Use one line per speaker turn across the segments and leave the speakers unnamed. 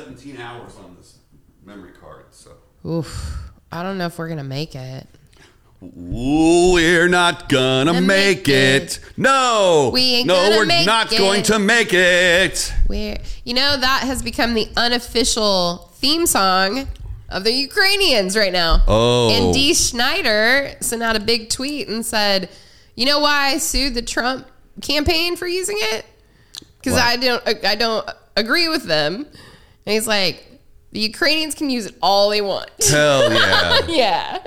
17 hours on this memory card, so.
Oof. I don't know if we're gonna make it.
We're not gonna
Gonna
make
make
it.
it.
No.
We ain't
no,
gonna
we're
make
not
it.
going to make it.
Where you know that has become the unofficial theme song of the Ukrainians right now.
Oh.
And Dee Schneider sent out a big tweet and said, "You know why I sued the Trump campaign for using it? Because
Why?
I don't, I don't agree with them." And he's like, "The Ukrainians can use it all they want."
Hell yeah.
yeah,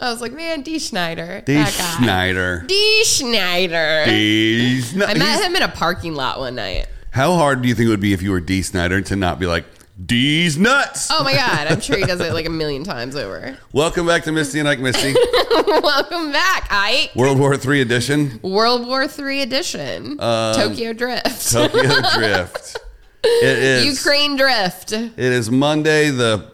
I was like, "Man, Dee Schneider,
Dee
that guy.
Schneider.
Dee Schneider."
Dee Schneider.
I met him in a parking lot one night.
How hard do you think it would be if you were D. Snyder to not be like, D's nuts?
Oh my god, I'm sure he does it like a million times over.
Welcome back to Misty and Ike Misty,
Welcome back, Ike.
World War III edition,
World War III edition, Tokyo Drift,
Um, Tokyo Drift. It is.
Ukraine Drift,
It is Monday, the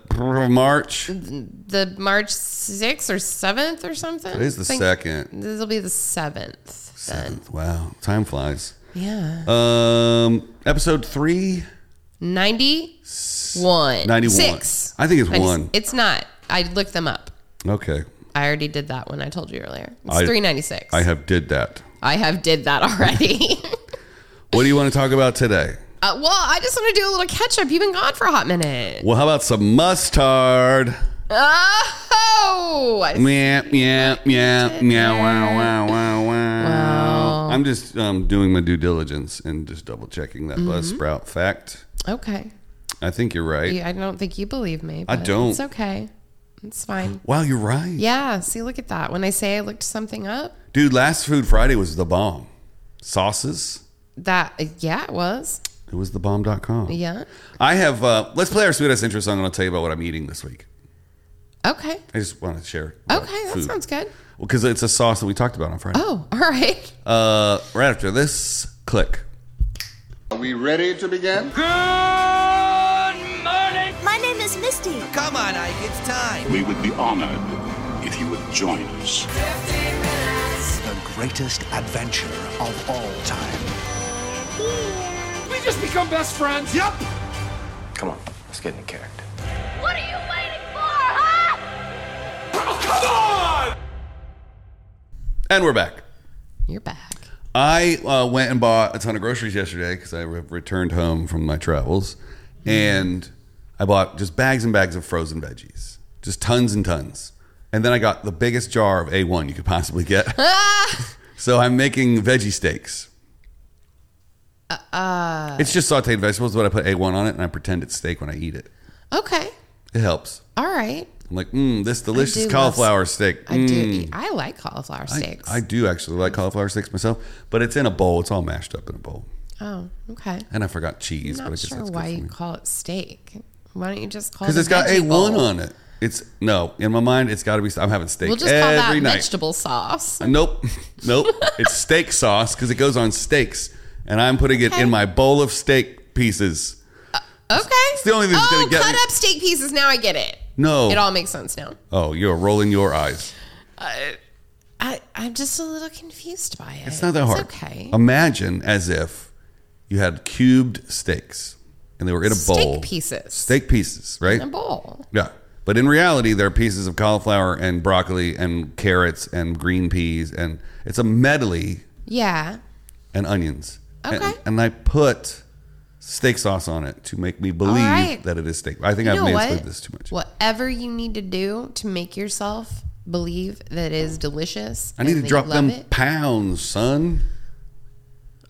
March. It
the March sixth or seventh or something.
is the
I think
second.
This will be the seventh. Then,
Wow, time flies.
yeah,
Um, episode three.
ninety-one.
91.
Six.
I think it's
I just-
one.
It's not. I looked them up.
Okay,
I already did that one. I told you earlier. It's
I-
three ninety-six.
I have did that.
I have did that already.
What do you want to talk about today?
Uh, well, I just want to do a little catch up. You've been gone for a hot minute.
Well, how about some mustard?
Oh, I
Meow, meow, meow, meow, wow, wow, wow, wow.
Wow.
I'm just um, doing my due diligence and just double checking
Mm-hmm.
that buzzsprout fact.
okay.
I think you're right.
You- I don't think you believe me.
I
but
don't.
It's okay. It's fine.
Wow, you're right.
Yeah. See, look at that. When I say I looked something up,
Dude, last Food Friday was the bomb. Sauces,
that yeah, it was
it was thebomb.com.
yeah.
I have, uh, let's play our Sweetest Intro song and I'll tell you about what I'm eating this week.
Okay.
I just want to share. about
Okay, that
food.
sounds good.
Well, because it's a sauce that we talked about on Friday.
Oh, all right.
Uh, right after this, click.
Are we ready to begin?
My name is Misty.
Come on, Ike, it's time.
We would be honored if you would join us.
The greatest adventure of all time.
We just become best friends. Yep.
Come on, let's get into character.
What are you waiting for, huh?
And we're back.
You're back.
I uh, went and bought a ton of groceries yesterday because I re- returned home from my travels, and I bought just bags and bags of frozen veggies, just tons and tons. And then I got the biggest jar of A1 you could possibly get. so I'm making veggie steaks. Uh, it's just sauteed vegetables, but I put A1 on it and I pretend it's steak when I eat it.
Okay.
It helps.
All right.
I'm like, mmm, this delicious
love
cauliflower steak. Mm."
I do. Eat, I like cauliflower
Hmm. I-
steaks.
I do actually like cauliflower sticks myself, but it's in a bowl. It's all mashed up in a bowl.
oh, okay.
And I forgot cheese, but I
I'm not
guess
sure
that's
why
why
you call it steak. Why don't you just call it
because it's got a
veggie
one
bowl?
on it. It's no in my mind. It's got to be. I'm having steak
We'll just call
every
that
night.
vegetable sauce.
Nope, nope. it's steak sauce because it goes on steaks, and I'm putting it in my bowl of steak pieces.
Okay. It's
the only thing that's
oh,
gonna get
cut
me.
up steak pieces. Now I get it.
No,
It all makes sense now.
oh, you're rolling your eyes.
Uh, I, I'm just a little confused by it.
It's not that hard.
okay.
Imagine as if you had cubed steaks, and they were in a
Steak
bowl.
pieces.
Steak pieces, right?
A bowl.
Yeah. But in reality, there are pieces of cauliflower and broccoli and carrots and green peas, and it's a medley
Yeah.
and onions. And-
Okay.
And, I put steak sauce on it to make me believe
right.
that it is steak. I think
You
I've
know
mansplained
what?
this too much.
Whatever you need to do to make yourself believe that it is delicious.
I need
and
to
that you
drop
love
them
It.
pounds, son.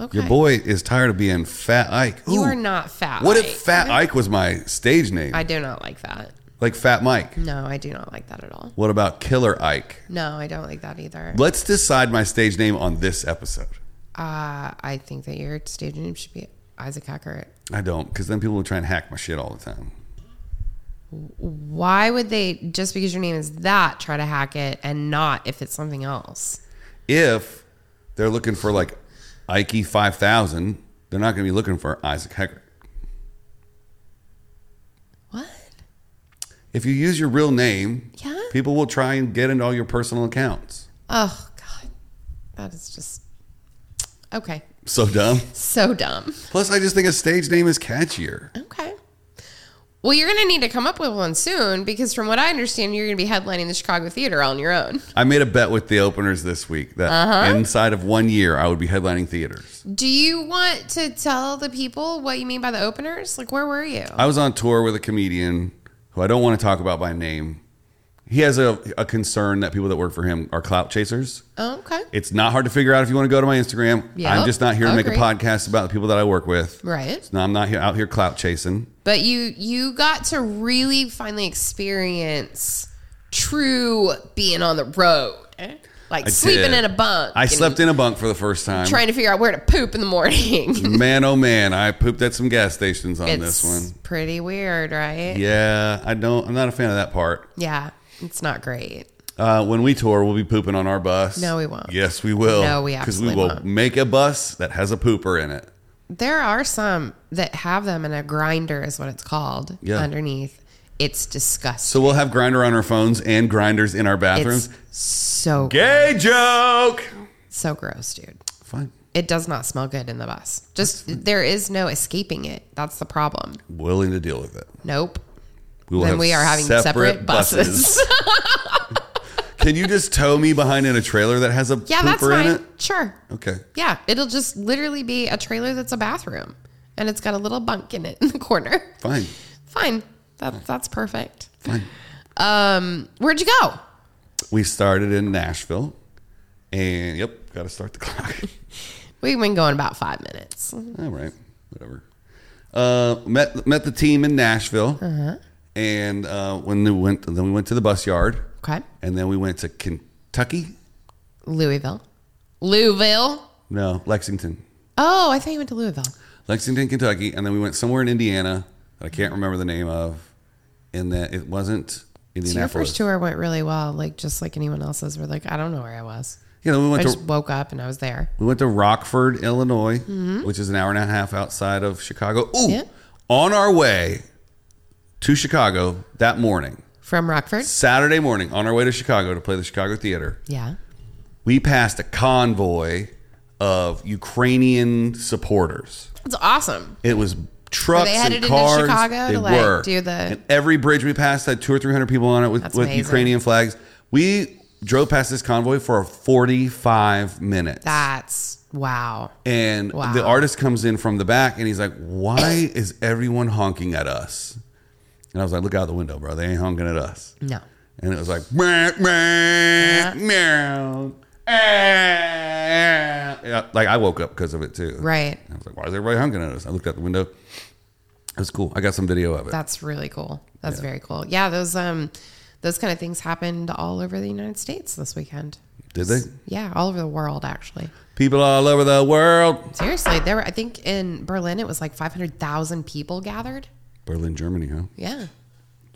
Okay.
Your boy is tired of being Fat Ike.
You
Ooh.
are not fat.
What
Ike.
if Fat Ike was my stage name?
I do not like that.
like Fat Mike.
No, I do not like that at all.
What about Killer Ike?
No, I don't like that either.
Let's decide my stage name on this episode.
Uh, I think that your stage name should be Isaac Hackert.
I don't, because then people will try and hack my shit all the time.
Why would they just because your name is that try to hack it and not if it's something else?
if they're looking for like Ike 5000, they're not going to be looking for Isaac Hecker.
What?
If you use your real name,
Yeah.
people will try and get into all your personal accounts.
Oh God, that is just okay.
So dumb.
So dumb.
Plus, I just think a stage name is catchier.
Okay. Well, you're going to need to come up with one soon because, from what I understand, you're going to be headlining the Chicago theater on your own.
I made a bet with the openers this week that inside of one year, I would be headlining theaters.
Do you want to tell the people what you mean by the openers? Like, where were you?
I was on tour with a comedian who I don't want to talk about by name. He has a, a concern that people that work for him are clout chasers.
Oh, okay.
It's not hard to figure out if you want to go to my Instagram.
Yeah.
I'm just not here to make a
Agree.
podcast about the people that I work with.
Right.
No, I'm not here out here clout chasing.
But you you got to really finally experience true being on the road. Like
I
sleeping
did.
in a bunk.
I
and
slept in a bunk for the first time.
trying to figure out where to poop in the morning.
man, oh man, I pooped at some gas stations on
it's
this one.
pretty weird, right?
Yeah, I don't. I'm not a fan of that part.
Yeah, It's not great.
Uh, when we tour, we'll be pooping on our bus.
No, we won't.
Yes, we will.
No, we
we
absolutely
will
won't.
make a bus that has a pooper in it.
There are some that have them in a grinder is what it's called
Yeah.
underneath. It's disgusting.
So we'll have grinder on our phones and grinders in our bathrooms.
It's so
Gay joke.
so gross, dude.
Fine.
It does not smell good in the bus. Just there is no escaping it. That's the problem.
Willing to deal with it.
Nope.
We will
Then we are having separate buses.
Can you just tow me behind in a trailer that has a
Yeah,
pooper
that's
in
fine.
it?
Sure.
Okay.
Yeah, it'll just literally be a trailer that's a bathroom, and it's got a little bunk in it in the corner.
Fine.
Fine. That, that's perfect. Fine. Um, where'd you go?
We started in Nashville, and yep, got to start the clock.
We've been going about five minutes.
All right, whatever. Uh, met met the team in Nashville,
Uh-huh.
and uh, when we went, then we went to the bus yard,
Okay.
and then we went to Kentucky.
Louisville. Louisville.
No, Lexington,
Oh, I thought you went to Louisville.
Lexington, Kentucky, and then we went somewhere in Indiana that I can't remember the name of, and that it wasn't
So your
Indianapolis.
first tour went really well, like just like anyone else's. We're like, I don't know where I was.
Yeah, then we
I
went
just
to
woke up and I was there.
we went to Rockford, Illinois, which is an hour and a half outside of Chicago. Ooh,
Mm-hmm. Yeah.
on our way to Chicago that morning.
From Rockford?
Saturday morning on our way to Chicago to play the Chicago Theater,
Yeah.
we passed a convoy of Ukrainian supporters.
It's awesome.
It was trucks
Were they
and
headed into
cars.
Chicago
they
to, like,
were.
do the-
and every bridge we passed had two or three hundred people on it with,
That's
with
amazing.
Ukrainian flags. We drove past this convoy for forty-five minutes,
That's wow.
and
Wow.
the artist comes in from the back and he's like, "Why is everyone honking at us?" And I was like, "Look out the window, bro. They ain't honking at us."
No.
and it was like meow, meow, meow, eh, yeah, like I woke up because of it too.
Right.
I was like, why is everybody honking at us? I looked out the window. It was cool. I got some video of it.
That's really cool. That's very cool. Yeah, those um those kind of things happened all over the United States this weekend.
Did they?
Yeah, all over the world actually.
People all over the world.
Seriously, there were I think in Berlin it was like 500,000 people gathered.
Berlin, Germany, huh?
Yeah.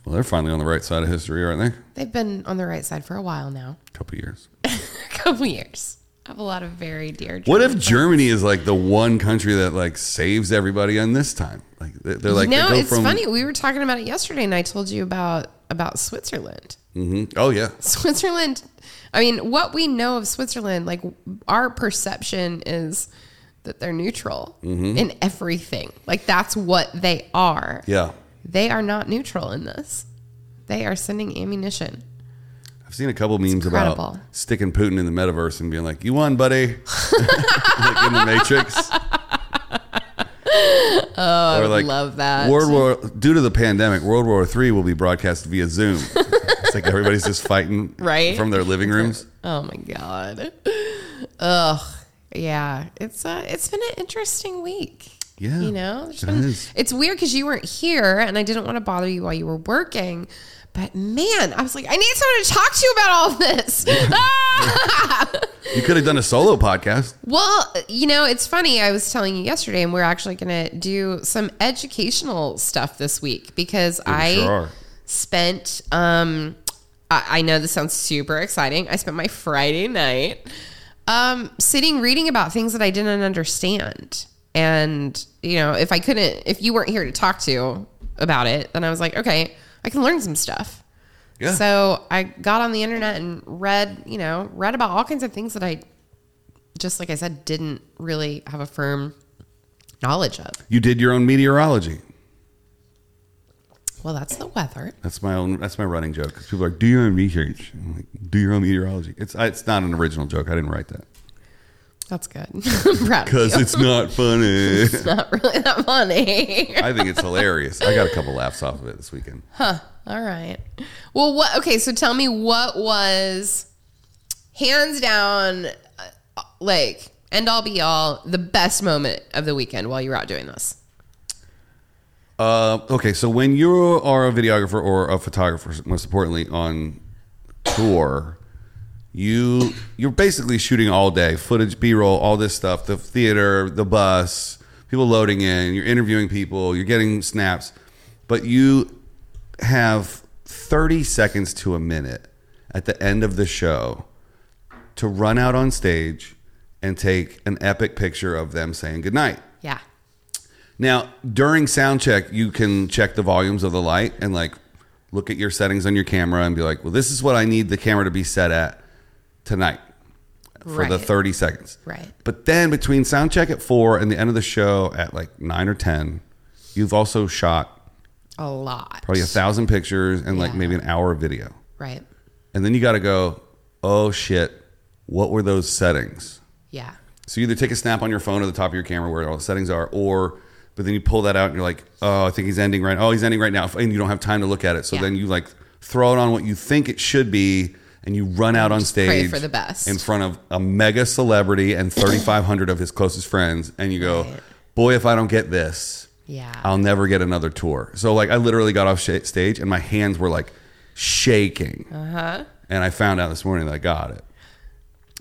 Well, they're finally on the right side of history, aren't they?
They've been on the right side for a while now.
couple years.
A couple years. I have a lot of very dear
What if Germany is like the one country that like saves everybody on this time? Like they're, they're like
no,
they go
it's
from,
funny. We were talking about it yesterday and I told you about about Switzerland.
Mhm. Oh yeah,
Switzerland. I mean, what we know of Switzerland, like our perception is that they're neutral in everything. Like that's what they are.
Mm-hmm. yeah.
They are not neutral in this. They are sending ammunition.
I've seen a couple memes about
incredible.
sticking Putin in the metaverse and being like, "You won, buddy," like in the Matrix. Oh, or like
love that.
World War due to the pandemic, World War Three will be broadcast via Zoom. it's like everybody's just fighting
Right?
from their living rooms.
Oh my god. Ugh. Yeah. It's uh it's been an interesting week.
Yeah,
You know, There's
it
been-
is.
it's weird because you weren't here and I didn't want to bother you while you were working. But man, I was like, I need someone to talk to you about all this. Ah!
You could have done a solo podcast.
Well, you know, it's funny. I was telling you yesterday, and we're actually going to do some educational stuff this week because I
sure are.
spent. Um, I, I know this sounds super exciting. I spent my Friday night um, sitting reading about things that I didn't understand, and you know, if I couldn't, if you weren't here to talk to about it, then I was like, okay, I can learn some stuff.
Yeah.
So I got on the internet and read, you know, read about all kinds of things that I just like I said, didn't really have a firm knowledge of.
you did your own meteorology.
Well, that's the weather.
That's my own. That's my running joke. 'Cause people are like, do your own research. I'm like, do your own meteorology. It's it's not an original joke. I didn't write that
That's good. I'm proud of
because
you.
it's not funny.
not really that funny.
I think it's hilarious. I got a couple laughs off of it this weekend.
All right. Well, what? Okay, so tell me what was hands down, uh, like end all be all, the best moment of the weekend while you were out doing this.
Uh, okay, so when you are a videographer or a photographer, most importantly, on tour, you you're basically shooting all day, footage, B-roll, all this stuff, the theater, the bus, people loading in, you're interviewing people, you're getting snaps, but you have 30 seconds to a minute at the end of the show to run out on stage and take an epic picture of them saying goodnight.
Yeah.
Now, during sound check, you can check the volumes of the light and like look at your settings on your camera and be like, well, this is what I need the camera to be set at tonight for the
Right.
30 seconds.
Right.
But then between sound check at four and the end of the show at like nine or 10, you've also shot
A lot.
probably a thousand pictures and like
Yeah.
maybe an hour of video.
Right.
And then you got to go, oh shit, what were those settings?
Yeah.
So you either take a snap on your phone at the top of your camera where all the settings are, or but then you pull that out and you're like, oh, I think he's ending right. Oh, he's ending right now, and you don't have time to look at it. So
Yeah.
then you like throw it on what you think it should be, and you run out on stage
pray for the best.
in front of a mega celebrity and 3,500 of his closest friends, and you go,
Right.
boy, if I don't get this,
Yeah.
I'll never get another tour. So like I literally got off sh- stage and my hands were like shaking. And I found out this morning that I got it.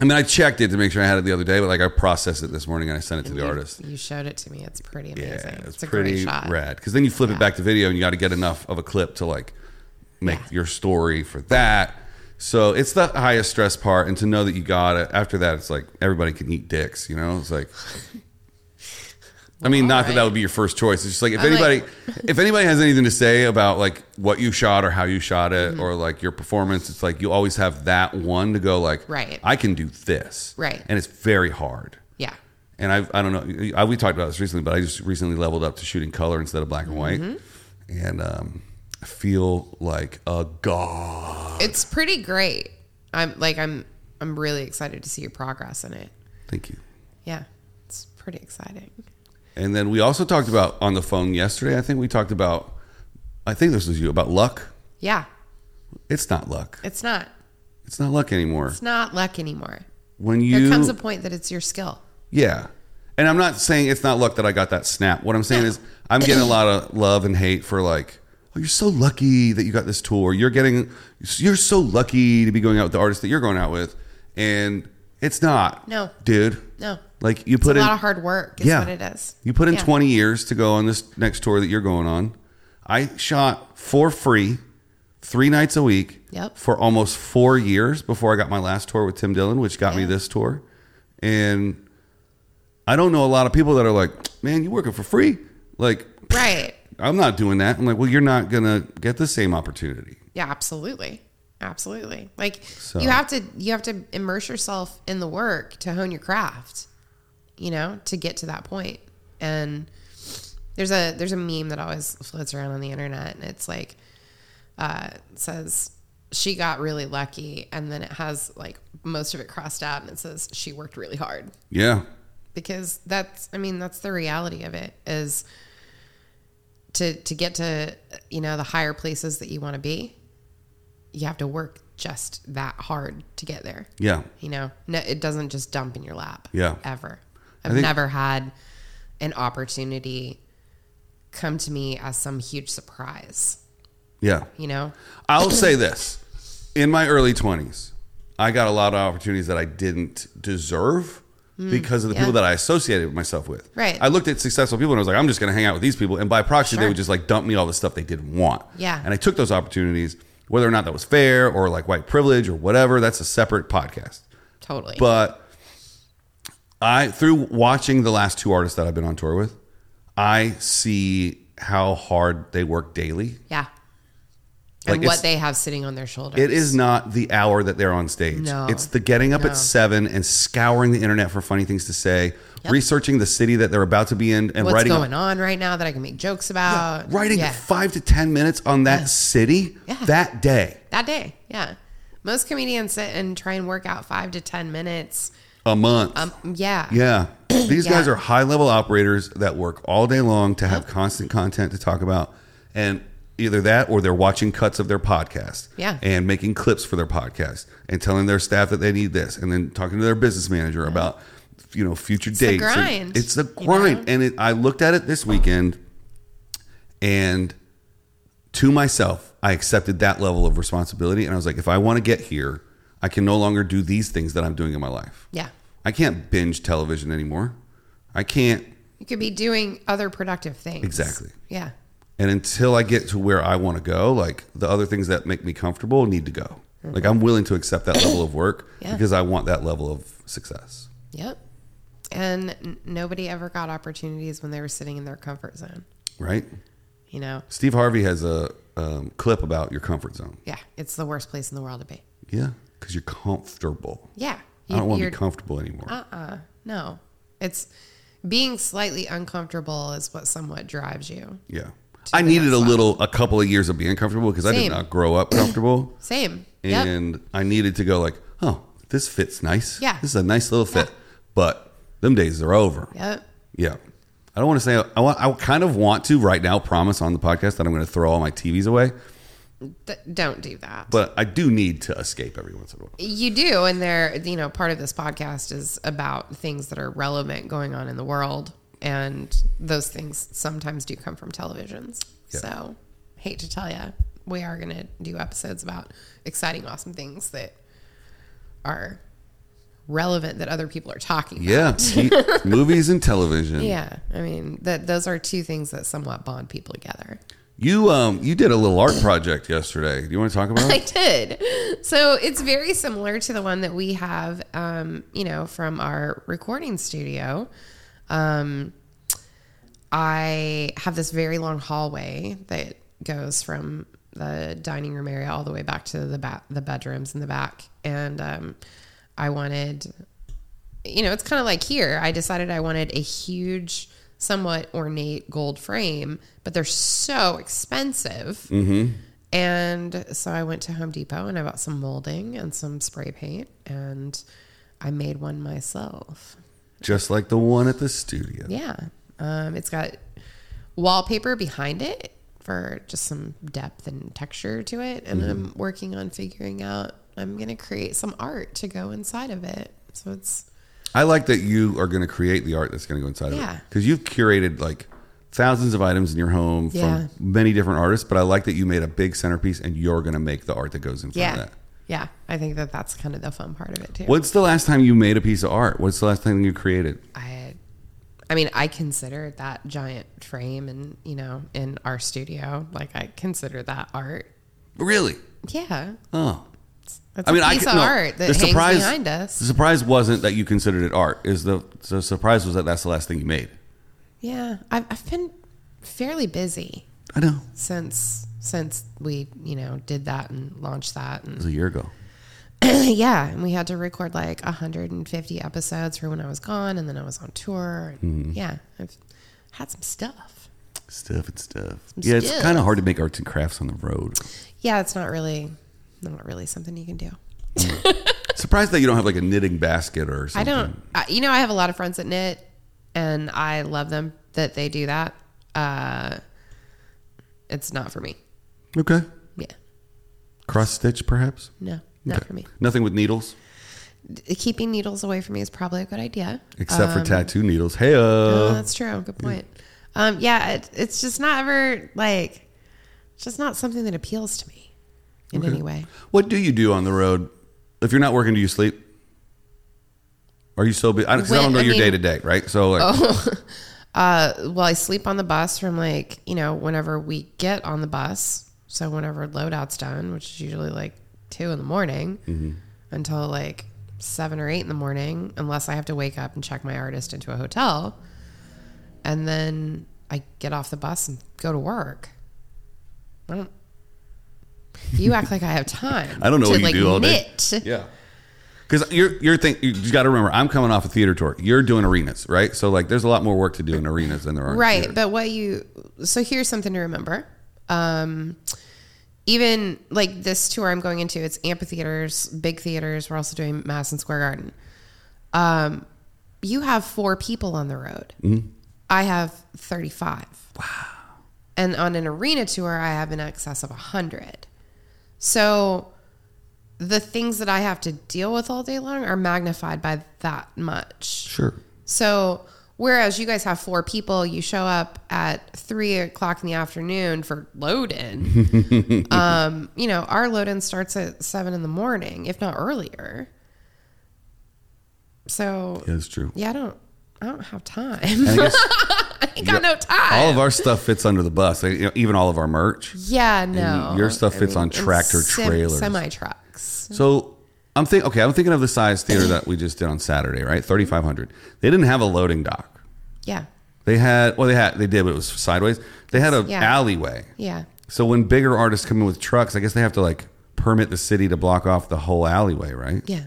I mean, I checked it to make sure I had it the other day, but like I processed it this morning and I sent it to the artist.
You showed it to me. It's pretty
Yeah,
amazing.
it's,
it's, a great
pretty
shot.
rad. Because then you flip it back to video and you got to get enough of a clip to like make
Yeah.
your story for that. So it's the highest stress part, and to know that you got it after that, it's like everybody can eat dicks. You know, it's like. I mean, not that that would be your first choice. It's just like if
I'm
anybody,
like-
if anybody has anything to say about like what you shot or how you shot it
Mm-hmm.
or like your performance, it's like you always have that one to go like,
Right.
I can do this,
Right.
and it's very hard
Yeah.
and I've, I don't know, I, we talked about this recently, but I just recently leveled up to shooting color instead of black and white.
Mm-hmm.
And um, I feel like a god.
It's pretty great. I'm like I'm I'm really excited to see your progress in it.
Thank you.
Yeah. It's pretty exciting.
And then we also talked about on the phone yesterday, I think we talked about, I think this was you, about luck.
Yeah.
It's not luck.
It's not
It's not luck anymore.
it's not luck anymore.
When you.
There comes a point that it's your skill.
Yeah. And I'm not saying it's not luck that I got that snap. What I'm saying is I'm getting a lot of love and hate for like, oh, you're so lucky that you got this tour. You're getting, you're so lucky to be going out with the artist that you're going out with. And it's not.
No.
Dude.
No.
Like you
It's
put
a
in
lot of hard work is what it is.
You put in
Yeah.
20 years to go on this next tour that you're going on. I shot for free three nights a week
Yep.
for almost four years before I got my last tour with Tim Dillon, which got me
Yeah.
this tour. And I don't know a lot of people that are like, man, you working for free? Like,
Right.
I'm not doing that. I'm like, well, you're not going to get the same opportunity.
Yeah, absolutely. Absolutely. Like
So-
you have to you have to immerse yourself in the work to hone your craft, you know, to get to that point. And there's a there's a meme that always floats around on the internet and it's like uh it says she got really lucky and then it has like most of it crossed out and it says she worked really hard.
Yeah.
because that's i mean that's the reality of it is to to get to you know the higher places that you want to be you have to work just that hard to get there
Yeah.
you know no, it doesn't just dump in your lap
Yeah.
ever i've
think-
never had an opportunity come to me as some huge surprise
Yeah.
you know
I'll say this. In my early 20s, I got a lot of opportunities that I didn't deserve because of the people
Hmm, yeah.
that I associated myself with.
Right.
I looked at successful people and I was like, I'm just going to hang out with these people. And by proxy, they
Sure.
would just like dump me all the stuff they didn't want.
Yeah.
And I took those opportunities, whether or not that was fair or like white privilege or whatever, that's a separate podcast.
totally
But I through watching the last two artists that I've been on tour with, I see how hard they work daily
yeah and
it's-
what they have sitting on their shoulders.
It is not the hour that they're on stage.
No.
It's the getting up
No.
at seven and scouring the internet for funny things to say, researching the city that they're about to be in, and
What's
writing a-
going on right now that I can make jokes about?
writing
Yeah.
five to ten minutes on that city
Yeah.
that day,
that day. Yeah. Most comedians sit and try and work out five to 10 minutes.
a month.
Um, Yeah.
yeah, these
Yeah.
guys are high level operators that work all day long to have constant content to talk about, and either that or they're watching cuts of their podcast.
Yeah.
and making clips for their podcast and telling their staff that they need this, and then talking to their business manager about you know future
a
dates. and
grind,
It's a
you know?
grind, and it, I looked at it this weekend, and. to myself, I accepted that level of responsibility. And I was like, if I want to get here, I can no longer do these things that I'm doing in my life.
Yeah.
I can't binge television anymore. I can't.
You could be doing other productive things.
Exactly.
Yeah.
And until I get to where I want to go, like the other things that make me comfortable need to go. Like I'm willing to accept that level of work
Mm-hmm. Yeah.
because I want that level of success.
Yep. And n- nobody ever got opportunities when they were sitting in their comfort zone.
Right?
You know?
Steve Harvey has a um, clip about your comfort zone.
Yeah. It's the worst place in the world to be.
Yeah. Because you're comfortable.
Yeah.
I don't want to
You're-
be
Ah.
comfortable anymore.
No. It's being slightly uncomfortable is what somewhat drives you.
Yeah. I needed a little, a couple of years of being comfortable because I did
Same.
not grow up comfortable.
Same. Yep.
and I needed to go like, oh, this fits nice.
Yeah.
This is a nice little fit.
Yeah.
But them days are over.
Yep.
Yeah. I don't want to say, I, want, I kind of want to right now promise on the podcast that I'm going to throw all my TVs away,
D- don't do that.
but I do need to escape every once in a while.
You do, and there, you know, part of this podcast is about things that are relevant going on in the world, and those things sometimes do come from televisions.
Yeah.
So, hate to tell you, we are going to do episodes about exciting, awesome things that are relevant that other people are talking. about.
Yeah. T- movies and television.
yeah. I mean, that those are two things that somewhat bond people together.
You, um, you did a little art project yesterday. Do you want to talk about
I
it?
did. So it's very similar to the one that we have, um, you know, from our recording studio. Um, I have this very long hallway that goes from the dining room area all the way back to the ba- the bedrooms in the back, and um, I wanted, you know, it's kind of like here. I decided I wanted a huge. Somewhat ornate gold frame, but they're so expensive. And so I went to Home Depot and I bought some molding and some spray paint and I made one myself.
Just like the one at the studio.
Yeah. Um, it's got wallpaper behind it for just some depth and texture to it. And I'm working on figuring out, I'm going to create some art to go inside of it. So it's,
I like that you are going to create the art that's going to go inside of
Yeah.
it. Because you've curated like thousands of items in your home
Yeah.
from many different artists, but I like that you made a big centerpiece and you're going to make the art that goes in front
yeah.
of that.
Yeah. I think that that's kind of the fun part of it too.
What's the last time you made a piece of art? What's the last thing you created?
I, I mean, I consider that giant frame and, you know, in our studio, like I consider that art.
Really?
Yeah.
Oh.
It's
I mean,
a
I
piece
can-
of
no,
art that
the
hangs
surprise-
behind us.
The surprise wasn't that you considered it art. Is the, the surprise was that that's the last thing you made.
Yeah, I've, I've been fairly busy
I know.
since since we you know did that and launched that
It
and
was a year ago.
yeah, and we had to record like 150 episodes for when I was gone and then I was on tour.
Mm-hmm.
And Yeah, I've had some stuff.
Stuff and stuff. yeah, it's
stuff.
kind of hard to make arts and crafts on the road.
Yeah, it's not really not really something you can do.
Surprised that you don't have like a knitting basket or
I
something.
don't. I, you know, I have a lot of friends that knit, and I love them that they do that. Uh, it's not for me.
Okay.
Yeah,
Cross stitch, perhaps?
no, not
Okay.
for me.
Nothing with needles,
keeping needles away from me is probably a good idea.
except
Um,
for tattoo needles. Hey, uh,
Oh, that's true. Good point. Um, yeah, it, it's just not ever like, it's just not something that appeals to me in any way.
what do you do on the road? If you're not working, do you sleep? Are you so busy? I, 'cause I
When-
don't know
I
your
mean- Oh.
day to day, right? So, like,
Well, I sleep on the bus from like you know whenever we get on the bus. So whenever loadout's done, which is usually like two in the morning,
Mm-hmm.
until like seven or eight in the morning, unless I have to wake up and check my artist into a hotel, and then I get off the bus and go to work. I don't. You act like I have time.
I don't know
to,
what you
like,
do all day.
knit.
Yeah. Because you're you're think you just got to remember, I'm coming off a theater tour. You're doing arenas, right? So like, there's a lot more work to do in arenas than there are. in
Right,
theater.
but what you so here's something to remember. Um even like this tour I'm going into, it's amphitheaters, big theaters. We're also doing Madison Square Garden. Um, you have four people on the road. I have 35. Wow. And on an arena tour, I have in excess of 100. So the things that I have to deal with all day long are magnified by that much.
sure.
So whereas you guys have four people, you show up at three o'clock in the afternoon for load in. um, you know, our load in starts at seven in the morning, if not earlier. So
Yeah,
yeah,
that's true.
I don't I don't have time.
I guess
I ain't got no time.
all of our stuff fits under the bus. Like, you know, even all of our merch.
yeah, no.
Your stuff fits on tractor trailers.
Semi trucks.
So I'm thinking, okay, I'm thinking of the size theater that we just did on Saturday, right? 3,500. They didn't have a loading dock.
Yeah.
They had, well, they had, they did, but it was sideways. They had an
Yeah.
alleyway.
Yeah.
So when bigger artists come in with trucks, I guess they have to like permit the city to block off the whole alleyway, right?
Yeah.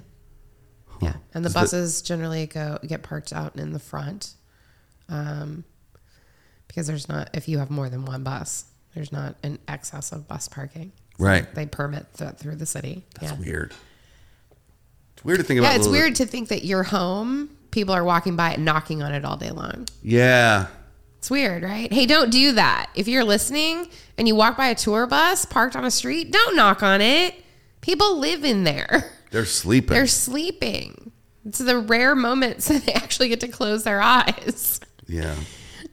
Yeah. And the
Is the-
buses generally go get parked out in the front. Um because there's not if you have more than one bus, there's not an excess of bus parking.
Right.
They permit that through the city.
That's
yeah.
weird. It's weird to think about.
Yeah, it's
Lillard.
weird to think that your home, people are walking by it knocking on it all day long.
Yeah.
It's weird, right? Hey, don't do that. If you're listening and you walk by a tour bus parked on a street, don't knock on it. People live in there.
They're sleeping.
They're sleeping. It's the rare moments that they actually get to close their eyes.
yeah.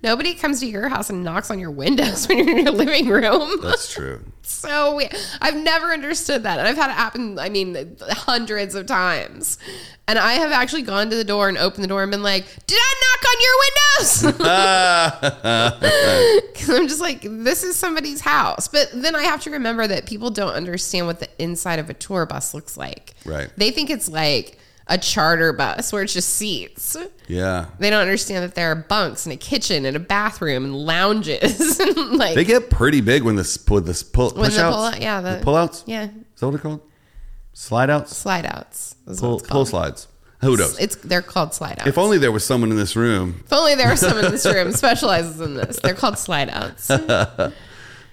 Nobody comes to your house and knocks on your windows when you're in your living room.
That's true.
So we- I've never understood that. And I've had it happen, I mean, hundreds of times. And I have actually gone to the door and opened the door and been like, Did I knock on your windows? Because I'm just like, This is somebody's house. But then I have to remember that people don't understand what the inside of a tour bus looks like.
Right.
They think it's like a charter bus where it's just seats.
yeah.
They don't understand that there are bunks and a kitchen and a bathroom and lounges and like
They get pretty big when the s- pull the s- pull
When
push
the
outs.
pull- yeah, the-
pull outs.
yeah
Is that what they're called? Slide outs.
slide outs. is what
Pull,
it's called.
pull slides. Who knows?
It's they're called slide outs.
if only there was someone in this room.
If only there were someone in this room specializes in this. They're called slide outs. I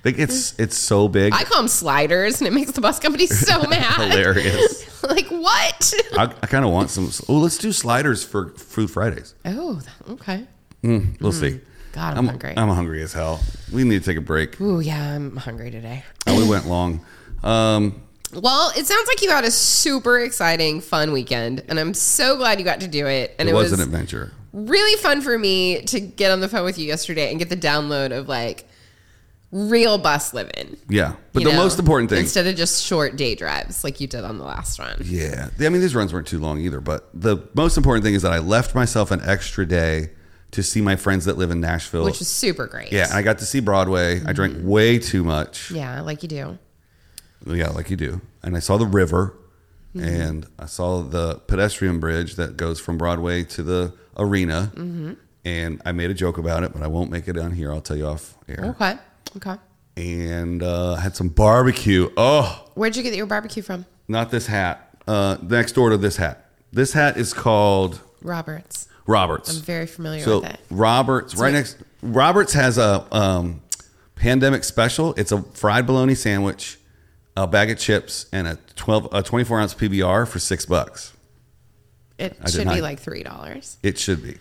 Like it's
Mm.
it's so big,
call them sliders, and it makes the bus company so mad.
hilarious.
like what?
I, I kind of want some. Oh, let's do sliders for Food Fridays.
Oh, that- okay.
We'll see.
Mm. God, I'm,
I'm
hungry.
I'm hungry as hell. We need to take a break.
Ooh, yeah, I'm hungry today.
Oh, we went long. Um,
Well, it sounds like you had a super exciting, fun weekend, and I'm so glad you got to do it. And
it
it,
was an adventure.
really fun for me to get on the phone with you yesterday and get the download of like real bus living.
Yeah, but
you
the
know,
most important thing.
instead of just short day drives like you did on the last one.
yeah, I mean these runs weren't too long either. But the most important thing is that I left myself an extra day to see my friends that live in Nashville,
which Mm. was super great.
Yeah, and I got to see Broadway. I drank way too much.
yeah, like you do.
Yeah. like you do. And I saw the river and I saw the pedestrian bridge that goes from Broadway to the arena. And I made a joke about it, but I won't make it on here. I'll tell you off air.
Okay, okay.
And uh, I had some barbecue. Oh,
Where'd you get your barbecue from,
not this hat. Uh, next door to this hat. This hat is called
Roberts?
Roberts.
I'm very familiar
So
with it.
Roberts, right next, Roberts has a um, pandemic special. It's a fried bologna sandwich, a bag of chips, and a twelve a twenty four ounce PBR for six bucks.
It
I did
should
not- Um,
be like three dollars.
It should be.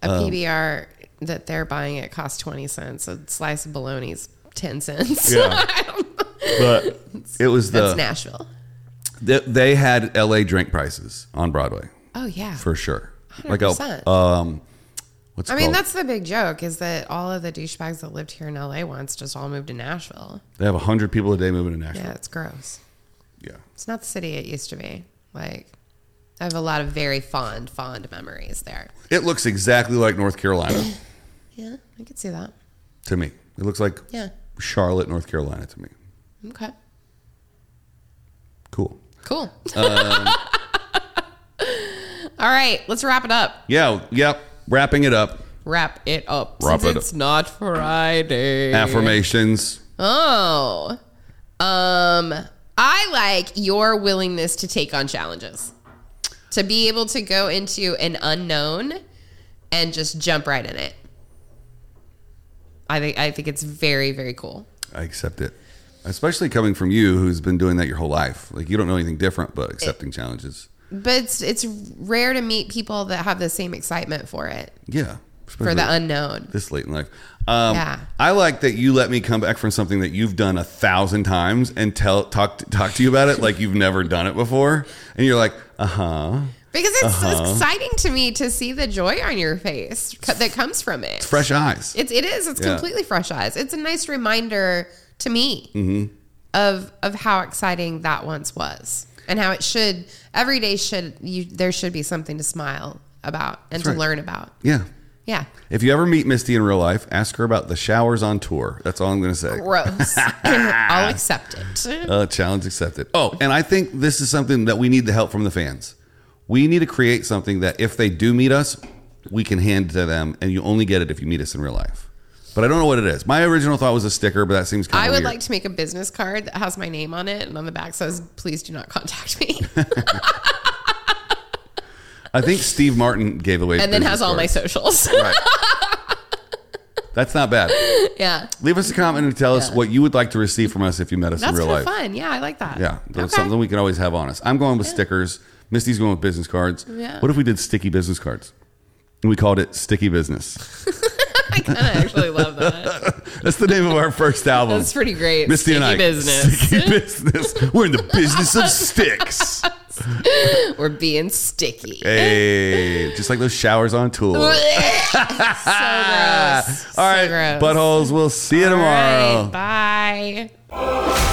A PBR that they're buying it costs twenty cents. A slice of bologna's ten cents.
Yeah. But it was
That's
the
Nashville.
they, they had LA drink prices on Broadway
Oh yeah,
for sure. Like
100%.
a um, what's it
I mean,
called?
that's the big joke is that all of the douchebags that lived here in LA once just all moved to Nashville.
they have hundred people a day moving to Nashville.
Yeah, it's gross.
Yeah.
It's not the city it used to be. Like, I have a lot of very fond, fond memories there.
it looks exactly like North Carolina
Yeah, I could see that.
to me. It looks like
Yeah.
Charlotte, North Carolina to me.
Okay.
Cool.
Cool.
Um,
all right, let's wrap it up.
Yeah, yep. Wrapping it up.
Wrap it up.
Wrap
since
it
it's not Friday.
Affirmations.
Oh. Um, Um, I like your willingness to take on challenges, to be able to go into an unknown and just jump right in it. I think I think it's very very cool.
I accept it. Especially coming from you, who's been doing that your whole life. Like you don't know anything different, but accepting challenges.
But it's it's rare to meet people that have the same excitement for it
Yeah.
for the
Especially
unknown.
this late in life. Um,
Yeah.
I like that you let me come back from something that you've done a thousand times and tell talk talk to you about it like you've never done it before, and you're like, uh huh.
Because it's exciting to me to see the joy on your face co- that comes from it.
Fresh eyes.
It's it is. It's
Yeah.
completely fresh eyes. It's a nice reminder to me
Mm-hmm.
of of how exciting that once was, and how it should every day should you there should be something to smile about and to
right.
learn about.
yeah.
Yeah,
If you ever meet Misty in real life, ask her about the showers on tour. That's all I'm going to say.
gross. I'll accept it.
Uh, challenge accepted. Oh, and I think this is something that we need the help from the fans. We need to create something that if they do meet us, we can hand to them, and you only get it if you meet us in real life. But I don't know what it is. My original thought was a sticker, but that seems kind
I
of
would like to make a business card that has my name on it, and on the back says, "Please do not contact me,"
I think Steve Martin gave away.
and then
business
has all my
cards.
socials.
That's not bad.
yeah,
Leave us a comment and tell us what you would like to receive from us if you met us
that's
in real
kind
life.
of fun. Yeah, I like that.
Yeah, that's
Okay.
something we can always have on us. I'm going with stickers. Misty's going with business cards.
Yeah.
What if we did sticky business cards? And we called it Sticky Business.
I kind of actually love that.
That's the name of our first album.
That's pretty great.
Misty and
Sticky
I.
business.
Sticky business. We're in the business of sticks.
We're being sticky.
Hey, just like those showers on tool. All
so gross.
right,
gross.
buttholes. We'll see you
All
tomorrow.
right, bye.